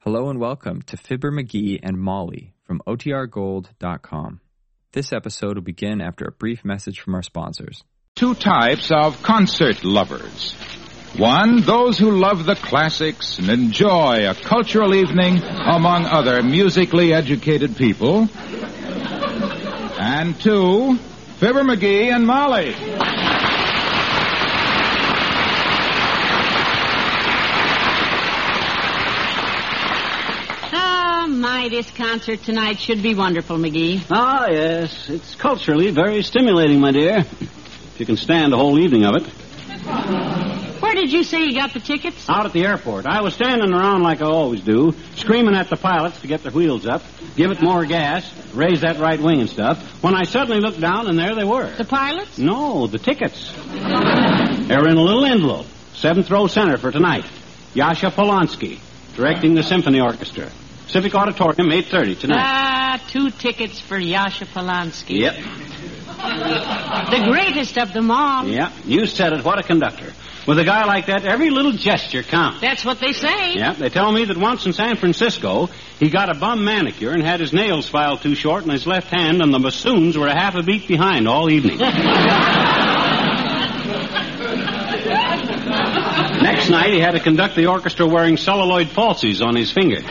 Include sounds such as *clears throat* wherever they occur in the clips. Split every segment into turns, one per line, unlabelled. Hello and welcome to Fibber McGee and Molly from OTRGold.com. This episode will begin after a brief message from our sponsors.
two types of concert lovers. One, those who love the classics and enjoy a cultural evening among other musically educated people. And two, Fibber McGee and Molly.
Ah, my, this concert tonight should be wonderful, McGee.
Ah, yes. It's culturally very stimulating, my dear. If you can stand a whole evening of it.
Where did you say you got the tickets?
Out at the airport, I was standing around like I always do, screaming at the pilots to get the wheels up, give it more gas, raise that right wing and stuff, when I suddenly looked down and there they were.
The pilots?
No, the tickets. they were in a little envelope, seventh row center for tonight. Yasha Polonsky, directing the symphony orchestra. Civic Auditorium, 8.30 tonight.
Ah, two tickets for Yasha Polanski.
Yep.
The greatest of them all.
Yeah, you said it. What a conductor. With a guy like that, every little gesture counts.
That's what they say.
Yeah, they tell me that once in San Francisco, he got a bum manicure and had his nails filed too short in his left hand, and the bassoons were a half a beat behind all evening. Next night, he had to conduct the orchestra wearing celluloid falsies on his fingers.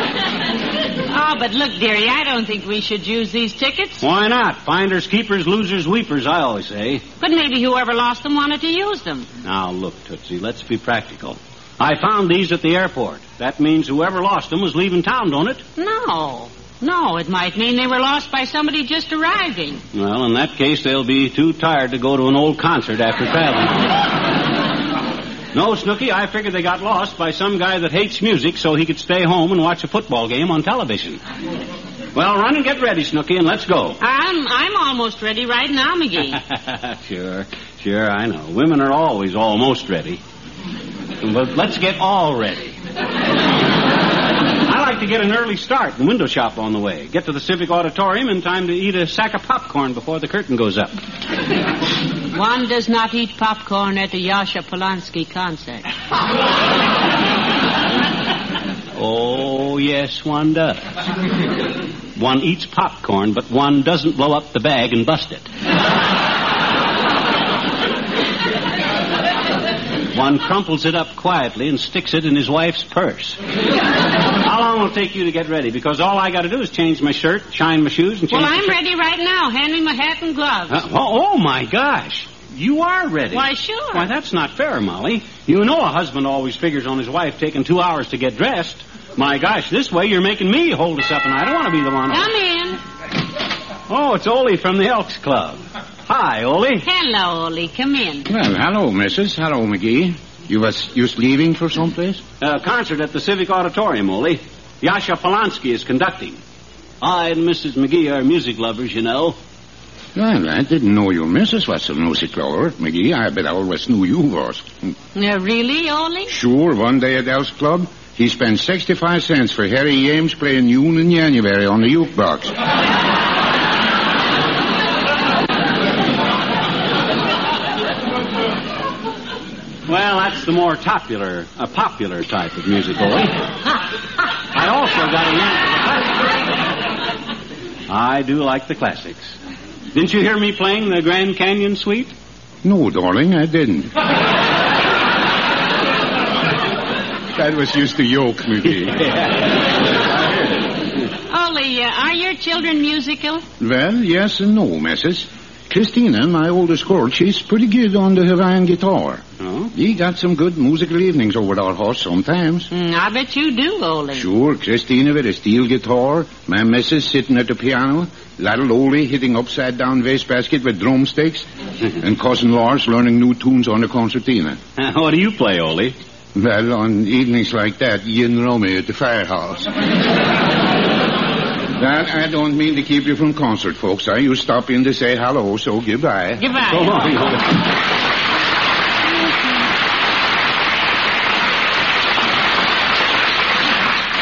Oh, but look, dearie, I don't think we should use these tickets.
Why not? Finders, keepers, losers, weepers, I always say.
But maybe whoever lost them wanted to use them.
Now, look, Tootsie, let's be practical. I found these at the airport. That means whoever lost them was leaving town, don't it?
No. No, it might mean they were lost by somebody just arriving.
Well, in that case, they'll be too tired to go to an old concert after traveling. no, Snooky, I figured they got lost by some guy that hates music so he could stay home and watch a football game on television. Well, run and get ready, Snooky, and let's go.
I'm I'm almost ready right now,
*laughs*
McGee.
sure, sure, I know. Women are always almost ready. But let's get all ready. I like to get an early start and window shop on the way. Get to the Civic Auditorium in time to eat a sack of popcorn before the curtain goes up.
One does not eat popcorn at the Yasha Polanski concert.
Oh, yes, one does. one eats popcorn, but one doesn't blow up the bag and bust it. one crumples it up quietly and sticks it in his wife's purse. How long will it take you to get ready? Because all I got to do is change my shirt, shine my shoes, and change
Well,
my
I'm
shirt.
ready right now. Hand me my hat and gloves.
Uh, oh, oh, my gosh. You are ready.
Why, sure.
Why, that's not fair, Molly. You know a husband always figures on his wife taking two hours to get dressed. My gosh, this way you're making me hold us up, and I don't want to be the one.
Come in.
Oh, it's Ole from the Elks Club. Hi, Ole.
Hello, Ollie. Come in.
Well, hello, missus. Hello, McGee. You was just leaving for someplace?
Uh, concert at the Civic Auditorium, Ole. Yasha Polanski is conducting. I and Mrs. McGee are music lovers, you know.
Well, I didn't know your missus was a music lover, McGee. I bet I always knew you was.
Uh, really, Ollie?
Sure, one day at Elf's Club, he spent 65 cents for Harry James playing June in January on the jukebox.
Well, that's the more popular, a popular type of music, Ole. I also got a knack for the classics. I do like the classics. Didn't you hear me playing the Grand Canyon Suite?
No, darling, I didn't. that was just a joke, McGee.
Ollie, uh, are your children musical?
Well, yes and no, missus. Christina, my oldest girl, she's pretty good on the Hawaiian guitar.
Oh?
You got some good musical evenings over at our house sometimes.
Mm, I bet you do, Ollie.
Sure, Christina with a steel guitar, my missus sitting at the piano, little Ole hitting upside down wastebasket with drumsticks, and cousin Lars learning new tunes on the concertina.
*laughs* what do you play, Ole?
Well, on evenings like that, you and Romeo at the firehouse. that I don't mean to keep you from concert, folks. I you stop in to say hello, so goodbye.
Goodbye.
Go
Ollie.
on, Ole. *laughs*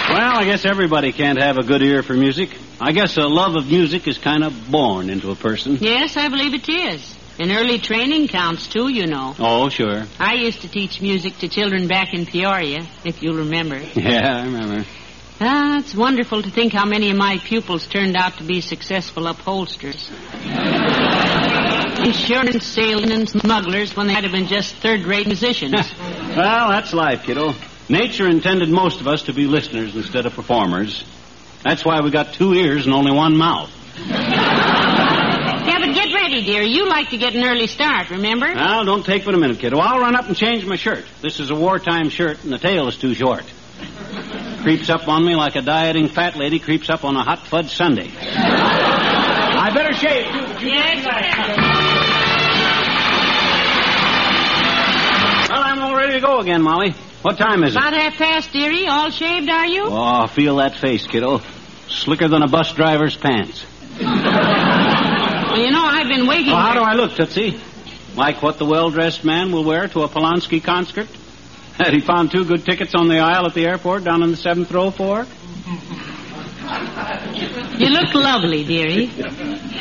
Well, I guess everybody can't have a good ear for music. I guess a love of music is kind of born into a person.
Yes, I believe it is. And early training counts, too, you know.
Oh, sure.
I used to teach music to children back in Peoria, if you'll remember.
Yeah, I remember.
Ah, it's wonderful to think how many of my pupils turned out to be successful upholsterers. Insurance salesmen and smugglers when they might have been just third-rate musicians.
well, that's life, kiddo. Nature intended most of us to be listeners instead of performers. That's why we got two ears and only one mouth.
*laughs* yeah, but get ready, dear. You like to get an early start, remember?
Now, don't take but a minute, kiddo. I'll run up and change my shirt. This is a wartime shirt, and the tail is too short. Creeps up on me like a dieting fat lady creeps up on a hot fudge Sunday. I better shave, too. but you-
Yes, sir.
Well, I'm all ready to go again, Molly. What time is it?
About half past, dearie. All shaved, are you?
Oh, feel that face, kiddo. Slicker than a bus driver's pants.
Well, you know, I've been waiting.
Well, how do I look, Tootsie? Like what the well-dressed man will wear to a Polanski concert? *laughs* Had he found two good tickets on the aisle at the airport down in the seventh row for?
You look lovely, *laughs* dearie.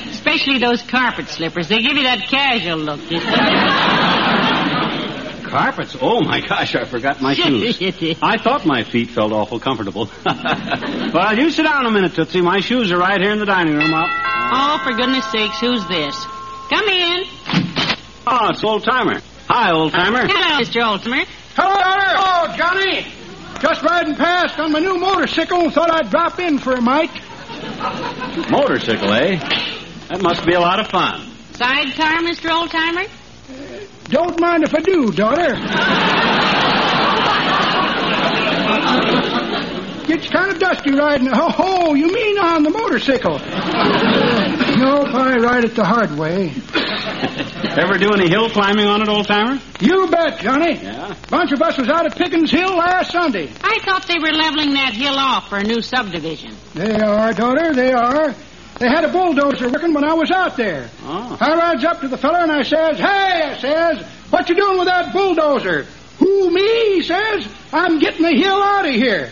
Especially those carpet slippers. They give you that casual look.
Carpets? Oh, my *laughs* gosh, I forgot my shoes. I thought my feet felt awful comfortable. *laughs* well, you sit down a minute, Tootsie. My shoes are right here in the dining room. I'll...
*laughs* oh, for goodness sakes, who's this? Come in.
Oh, it's old-timer. Hi,
*laughs*
old-timer.
Hello, Mr. Altimer.
Hello there. Oh, Johnny. Just riding past on my new motorcycle and thought I'd drop in for a mite.
Motorcycle, eh? That must be a lot of fun.
Sidecar, Mr. Oldtimer?
Don't mind if I do, daughter. Gets kind of dusty riding. Oh, ho, you mean on the motorcycle? nope, I ride it the hard way.
Ever do any hill climbing on it, old-timer?
You bet, Johnny.
Yeah.
Bunch of us was out at Pickens Hill last Sunday.
I thought they were leveling that hill off for a new subdivision.
They are, daughter, they are. They had a bulldozer working when I was out there.
Oh.
I rides up to the feller and I says, Hey, I says, what you doing with that bulldozer? Who, me? He says, I'm getting the hill out of here.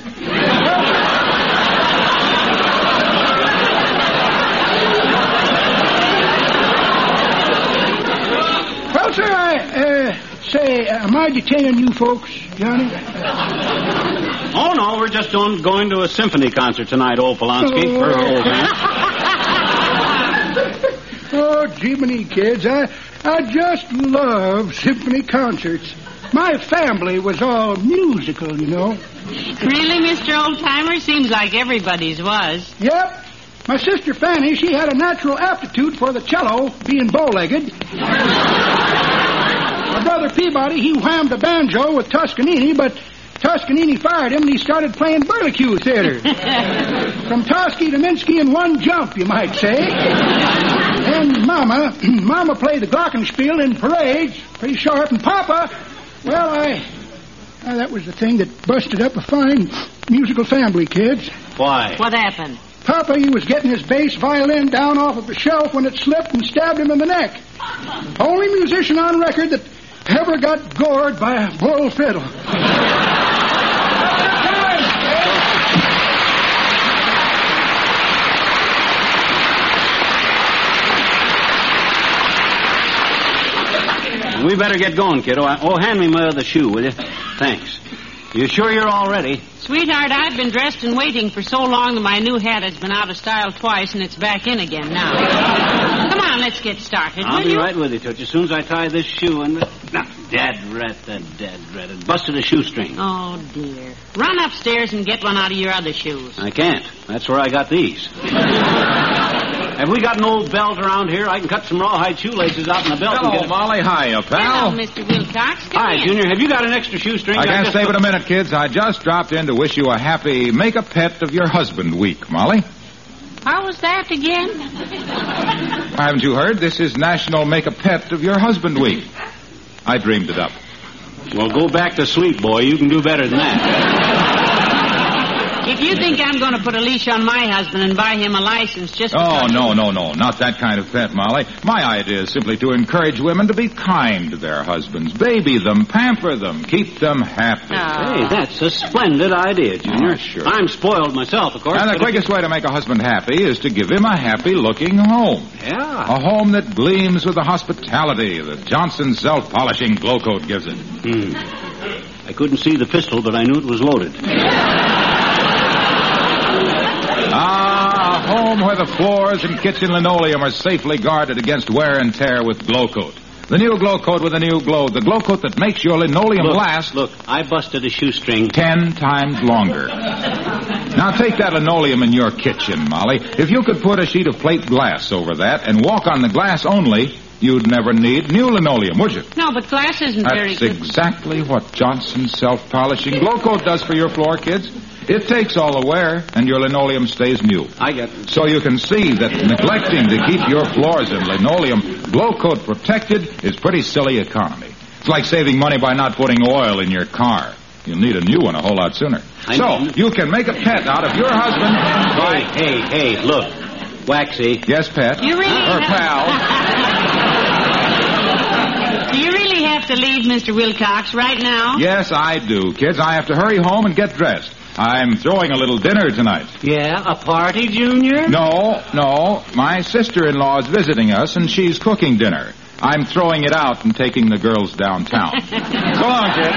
well, sir, I, uh, say, uh, am I detaining you folks, Johnny?
Oh, no, we're just doing, going to a symphony concert tonight, old Polanski. Or old man.
*laughs*
Oh, Jiminy, kids, I, I just love symphony concerts. My family was all musical, you know.
Really, Mr. Oldtimer? Seems like everybody's was.
Yep. My sister Fanny, she had a natural aptitude for the cello, being bow-legged. My brother Peabody, he whammed the banjo with Toscanini, but Toscanini fired him and he started playing barbecue theater. From Tosky to Minsky in one jump, you might say. And Mama, *clears throat* Mama played the glockenspiel in parades, pretty sharp, and Papa, well, I... uh, that was the thing that busted up a fine musical family, kids.
Why?
What happened?
Papa, he was getting his bass violin down off of a shelf when it slipped and stabbed him in the neck. Only musician on record that ever got gored by a bull fiddle.
We better get going, kiddo. I... Oh, hand me my other shoe, will you? Thanks. You sure you're all ready?
Sweetheart, I've been dressed and waiting for so long that my new hat has been out of style twice and it's back in again now. Come on, let's get started,
I'll
will
be
you?
right with you, Tooch. As soon as I tie this shoe and... Now, dad rat, that dad rat. It busted a shoestring.
Oh, dear. Run upstairs and get one out of your other shoes.
I can't. That's where I
*laughs*
got these. Have we got an old belt around here? I can cut some rawhide shoelaces out in the belt and
Hello,
get... a-
Molly. Hiya, pal.
Hello, Mr. Wilcox. Come
Hi,
in.
Junior. Have you got an extra shoestring?
I can't
just-
stay but a minute, kids. I just dropped in to wish you a happy make a pet of your husband week, Molly.
How was that again?
Haven't you heard? This is National Make a Pet of Your Husband Week. I dreamed it up.
*laughs*
Well, go back to sleep, boy. You can do better than that.
If you think I'm going to put a leash on my husband and buy him a license just
Oh,
because-
no, no, no. Not that kind of pet, Molly. My idea is simply to encourage women to be kind to their husbands. Baby them, pamper them, keep them happy.
Hey, that's a splendid idea, Junior.
Oh, sure.
I'm spoiled myself, of course.
and the
but if-
quickest way to make a husband happy is to give him a happy looking home.
Yeah.
A home that gleams with the hospitality that Johnson's self polishing glow coat gives it.
Hmm. I couldn't see the pistol, but I knew it was loaded.
Ah, a home where the floors and kitchen linoleum are safely guarded against wear and tear with glow coat. The new glow coat with a new glow. The glow coat that makes your linoleum
Look,
last
Look, I busted a shoestring.
ten times longer. Now take that linoleum in your kitchen, Molly. If you could put a sheet of plate glass over that and walk on the glass only, you'd never need new linoleum, would you?
No, but glass isn't very
That's
good.
exactly what Johnson's self-polishing glow coat does for your floor, kids. It takes all the wear, and your linoleum stays new.
I got.
So you can see that neglecting to keep your floors and linoleum glow coat protected is pretty silly economy. It's like saving money by not putting oil in your car. You'll need a new one a whole lot sooner.
I
so
know.
you can make a pet out of your husband.
Hey,
By...
hey, hey, look. Waxy.
Yes, pet.
You really
Or
have-
pal.
Do *laughs* you really have to leave, Mr. Wilcox, right now?
Yes, I do, kids. I have to hurry home and get dressed. I'm throwing a little dinner tonight.
Yeah, a party, Junior?
No, no. My sister-in-law is visiting us, and she's cooking dinner. I'm throwing it out and taking the girls downtown. so long, kid.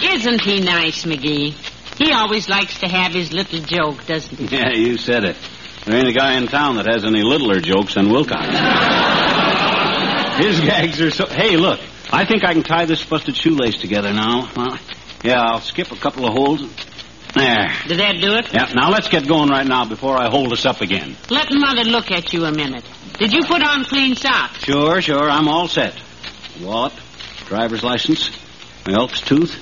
Isn't he nice, McGee? He always likes to have his little joke, doesn't he?
*laughs* Yeah, you said it. There ain't a guy in town that has any littler jokes than Wilcox. *laughs* His gags are so. Hey, look. I think I can tie this busted shoelace together now. Well, yeah, I'll skip a couple of holes. There.
Did that do it?
Yeah, now let's get going right now before I hold us up again.
Let Mother look at you a minute. Did you put on clean socks?
Sure, sure. I'm all set. Wallet, driver's license, my elk's tooth,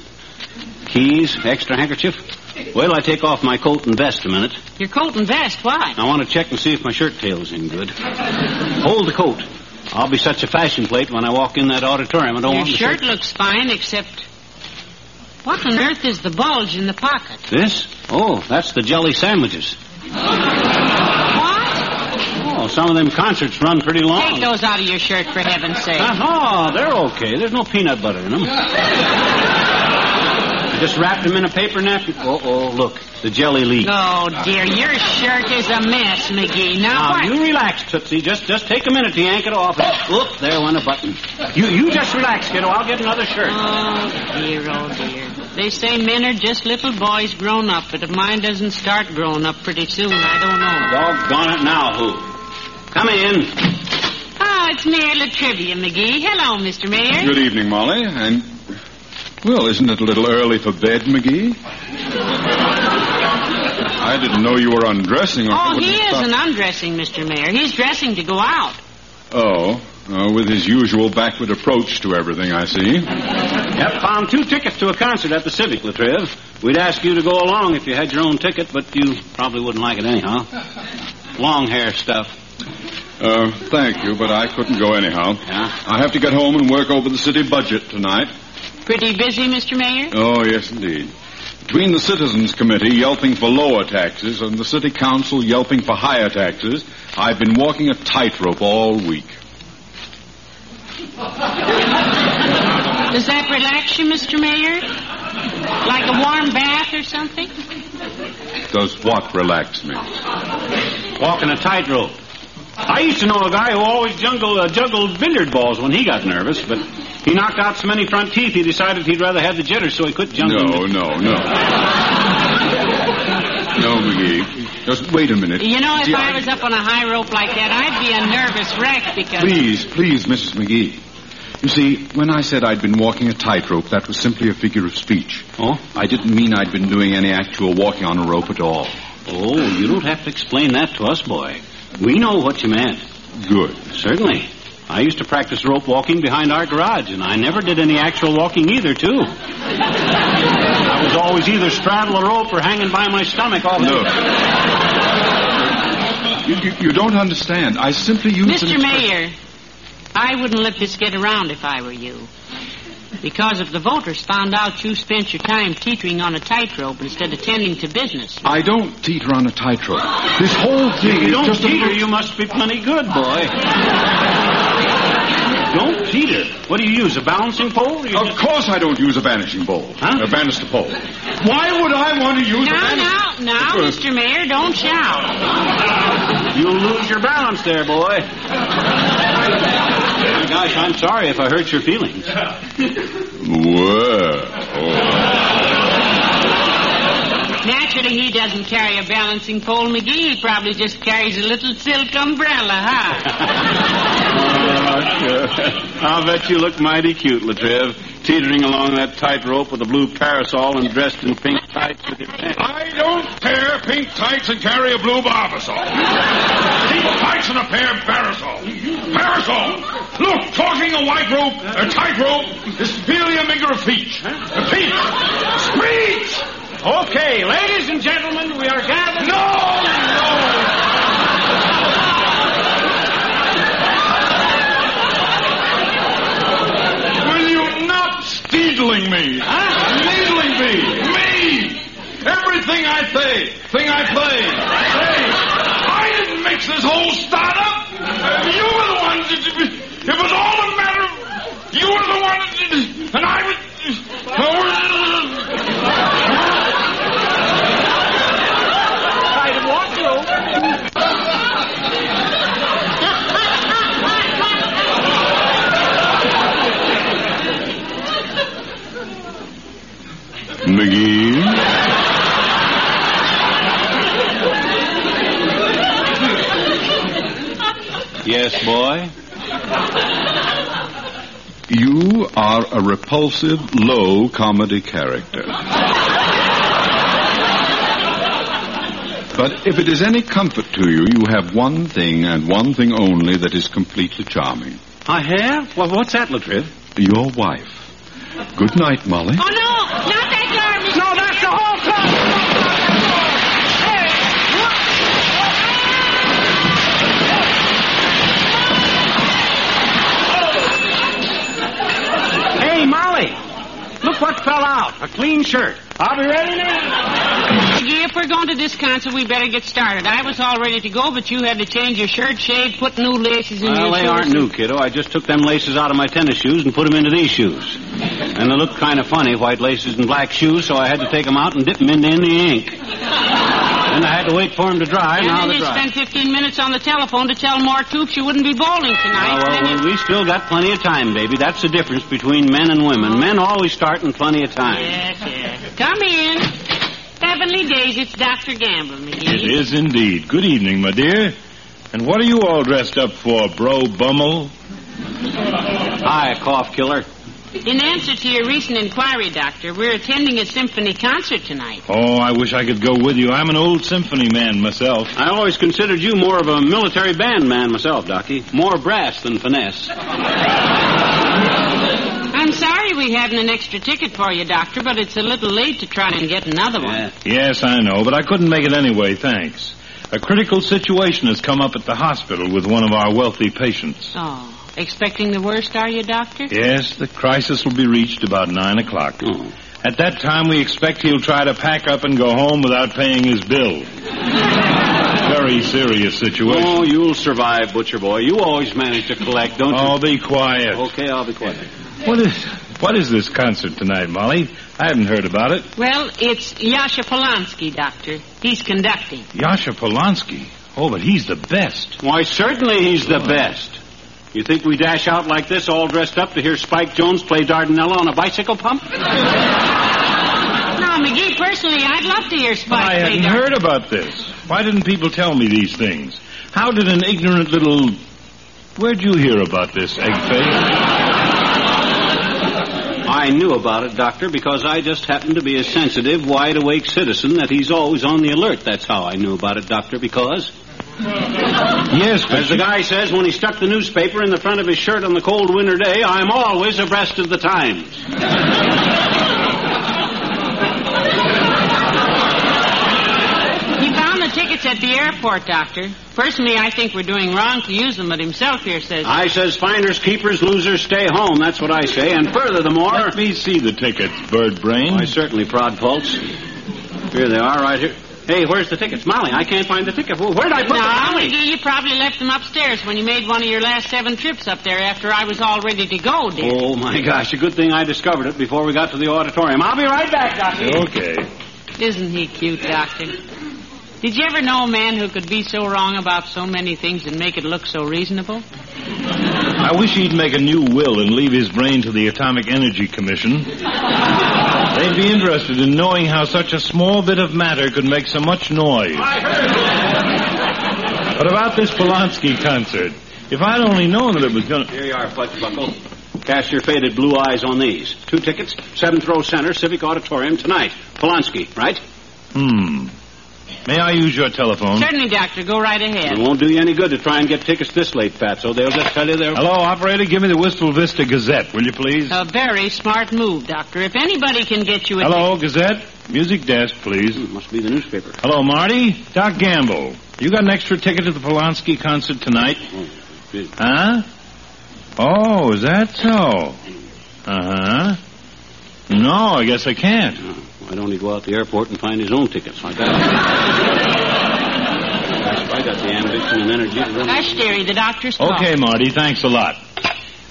keys, extra handkerchief. Wait till I take off my coat and vest a minute.
Your coat and vest, why?
I want to check and see if my shirt tail's in good. Hold the coat. I'll be such a fashion plate when I walk in that auditorium. I don't
Your
want the
shirt looks fine, except. What on earth is the bulge in the pocket?
This? Oh, that's the jelly sandwiches.
What?
Oh, some of them concerts run pretty
Oh.
long.
Take those out of your shirt, for heaven's sake.
Ah, they're okay. There's no peanut butter in them. I just wrapped them in a paper napkin. Oh, oh, look, the jelly leak.
Oh, dear, your shirt is a mess, McGee.
Oh,
Now,
Now
what?
you relax, Tootsie. Just just take a minute to yank it off. And, oop, there went a button. You you just relax, kiddo. I'll get another shirt.
Oh, dear, oh, dear. They say men are just little boys grown up, but if mine doesn't start growing up pretty soon, I don't know.
Doggone it now, who? Come in.
Oh, it's Mayor Latrivia, McGee. Hello, Mr. Mayor.
Good evening, Molly. And, well, isn't it a little early for bed, McGee? I didn't know you were undressing. Or I
Oh,
wouldn't
he
have thought-
isn't undressing, Mr. Mayor. He's dressing to go out.
Oh, uh, with his usual backward approach to everything, I see.
Yep, found two tickets to a concert at the Civic, Latriv. We'd ask you to go along if you had your own ticket, but you probably wouldn't like it anyhow. Long hair stuff.
Uh, thank you, but I couldn't go anyhow.
Yeah.
I have to get home and work over the city budget tonight.
Pretty busy, Mr. Mayor?
Oh, yes, indeed. Between the Citizens Committee yelping for lower taxes and the City Council yelping for higher taxes, I've been walking a tightrope all week.
Does that relax you, Mr. Mayor? Like a warm bath or something?
Does what relax me?
Walking a tightrope. I used to know a guy who always jungled, uh, juggled billiard balls when he got nervous, but he knocked out so many front teeth he decided he'd rather have the jitters, so he quit jungling.
No, no, no. No, McGee. Just wait a minute.
You know, if
Gee,
I was up on a high rope like that, I'd be a nervous wreck because.
Please, please, Mrs. McGee. You see, when I said I'd been walking a tightrope, that was simply a figure of speech.
Oh?
I didn't mean I'd been doing any actual walking on a rope at all.
Oh, you don't have to explain that to us, boy. We know what you meant.
Good.
Certainly. I used to practice rope walking behind our garage, and I never did any actual walking either,
*laughs*
too. I was always either straddling a rope or hanging by my stomach all the
Look. You, you, you don't understand. I simply used an
Mr.
expression-
Mayor, I wouldn't let this get around if I were you. Because if the voters found out you spent your time teetering on a tightrope instead of tending to business.
I don't teeter on a tightrope. This whole thing
If you
is
don't
just a-
teeter, you must be plenty good, boy. don't teeter. What do you use? A balancing pole? You
Of course I don't use a vanishing bowl.
Huh?
A banister pole. Why would I want to use a
Now,
banister
now, now, Mr. Mayor, don't shout.
You lose your balance there, boy. My gosh, I'm sorry if I hurt your feelings. *laughs*
Oh.
Well.
Naturally, he doesn't carry a balancing pole, McGee. He probably just carries a little silk umbrella, huh?
Uh, I'll bet you look mighty cute, Latriv, teetering along that tightrope with a blue parasol and dressed in pink tights with your pants.
I don't wear pink tights and carry a blue barbasol. Pink tights and a pair of parasol. Parasol! Look, talking a white rope, a tight rope, is merely a figure of speech. A speech! Speech!
Okay, ladies and gentlemen, we are gathered.
No, no! Will you not steedling me? Huh? Needling me? Me? Everything I say, thing I play, say. I didn't mix this whole startup. You were the ones that it was all a matter of you were the one that- and I was
McGee?
Yes, boy.
You are a repulsive, low comedy character. but if it is any comfort to you, you have one thing and one thing only that is completely charming.
I have? Well, what's that, Latriv?
Your wife. Good night, Molly.
Oh, no, not that garbage. No, that's the whole
Hey, Molly, look what fell out. A clean shirt. I'll be ready now.
McGee, if we're going to this concert, we better get started. I was all ready to go, but you had to change your shirt shade, put new laces in
Well,
your
they
shoes.
aren't new, kiddo. I just took them laces out of my tennis shoes and put them into these shoes. And they looked kind of funny, white laces and black shoes, so I had to take them out and dip them into in the ink.
*laughs*
And I had to wait for them to dry.
And
now
then
they're
you
dry.
spent 15 minutes on the telephone to tell more troops you wouldn't be bowling tonight.
Now,
and
well,
then you-
we- we still got plenty of time, baby. That's the difference between men and women. Men always start in plenty of time.
Yes, yes. Come in. Heavenly days, it's Dr. Gamble, McGee.
It is indeed. Good evening, my dear. And what are you all dressed up for, bro bummel?
Hi, cough killer.
In answer to your recent inquiry, Doctor, we're attending a symphony concert tonight.
Oh, I wish I could go with you. I'm an old symphony man myself.
I always considered you more of a military band man myself, Docky. More brass than finesse.
I'm sorry we haven't an extra ticket for you, Doctor, but it's a little late to try and get another one.
Yeah.
Yes, I know, but I couldn't make it anyway, thanks. A critical situation has come up at the hospital with one of our wealthy patients.
Oh, expecting the worst, are you, Doctor?
Yes, the crisis will be reached about nine o'clock.
Oh.
At that time, we expect he'll try to pack up and go home without paying his bill. Very serious situation.
Oh, you'll survive, Butcher Boy. You always manage to collect, don't
Oh,
you?
be quiet.
Okay, I'll be quiet.
What is what is this concert tonight, Molly? I haven't heard about it.
Well, it's Yasha Polanski, Doctor. He's conducting.
Yasha Polanski. Oh, but he's the best.
Why, certainly he's the best. You think we dash out like this, all dressed up, to hear Spike Jones play Dardanella on a bicycle pump?
Now, McGee, personally, I'd love to hear Spike play
I hadn't
Doctor.
heard about this. Why didn't people tell me these things? How did an ignorant little Where'd you hear about this, egg face?
I knew about it, Doctor, because I just happened to be a sensitive, wide awake citizen that he's always on the alert. That's how I knew about it, Doctor, because,
yes,
as
but
the guy says when he stuck the newspaper in the front of his shirt on the cold winter day, I'm always abreast of the times.
He found the ticket It's at the airport, Doctor. Personally, I think we're doing wrong to use them, but himself here says.
I says finders, keepers, losers, stay home. That's what I say. And furthermore,
Let me see the tickets, bird brain.
Oh, I certainly, prod folks. Here they are, right here. Hey, where's the tickets, Molly? I can't find the ticket. Well, where'd I put
No,
them?
I do. You probably left them upstairs when you made one of your last seven trips up there after I was all ready to go, dear.
Oh my gosh! A good thing I discovered it before we got to the auditorium. I'll be right back, Doctor.
Okay.
Isn't he cute, Doctor? Did you ever know a man who could be so wrong about so many things and make it look so reasonable?
I wish he'd make a new will and leave his brain to the Atomic Energy Commission. They'd be interested in knowing how such a small bit of matter could make so much noise. But about this Polanski concert, if I'd only known that it was going to.
Here you are, Fletch Buckle. Cast your faded blue eyes on these. Two tickets, seventh row center, Civic Auditorium tonight. Polanski, right?
Hmm. May I use your telephone?
Certainly, Doctor. Go right ahead.
It won't do you any good to try and get tickets this late, Pat, so they'll just tell you they're.
Hello, operator. Give me the Wistful Vista Gazette, will you please?
A very smart move, Doctor. If anybody can get you a
Hello, Gazette. Music desk, please.
It Mm, must be the newspaper.
Hello, Marty. Doc Gamble. You got an extra ticket to the Polanski concert tonight?
Oh,
Huh? Oh, is that so? Uh huh. No, I guess I can't.
Oh, Why don't he go out to the airport and find his own tickets? I got it. I got the ambition and energy to run.
Hush, dearie. The doctor's call.
Okay, Marty, thanks a lot.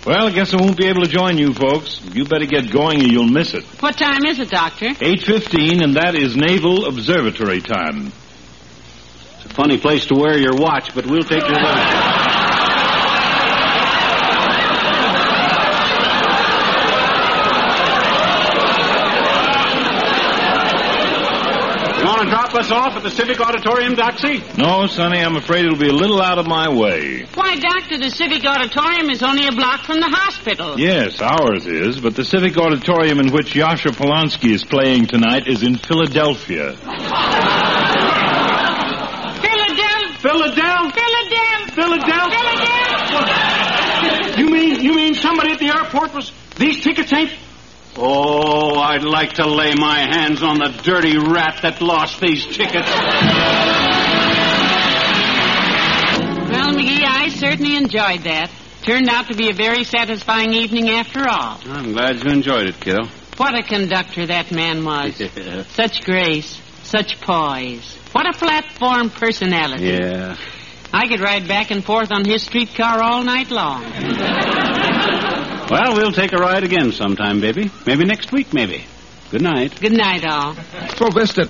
Well, I guess I won't be able to join you folks. You better get going or you'll miss it.
What time is it, Doctor?
8.15, and that is Naval Observatory time.
It's a funny place to wear your watch, but we'll take your word. You want to drop us off at the Civic Auditorium, Doxy?
No, Sonny, I'm afraid it'll be a little out of my way.
Why, Doctor, the Civic Auditorium is only a block from the hospital.
Yes, ours is, but the Civic Auditorium in which Yasha Polanski is playing tonight is in Philadelphia.
Philadelphia!
Philadelphia!
Philadelphia!
Philadelphia! You mean you mean somebody at the airport was these tickets ain't? Oh, I'd like to lay my hands on the dirty rat that lost these tickets.
Well, McGee, I certainly enjoyed that. Turned out to be a very satisfying evening after all.
I'm glad you enjoyed it, *laughs* kiddo.
What a conductor that man was. Such grace, such poise. What a flat-form personality.
Yeah.
I could ride back and forth on his streetcar all night long.
Well, we'll take a ride again sometime, baby. Maybe next week, maybe. Good night.
Good night, all.
Sylvester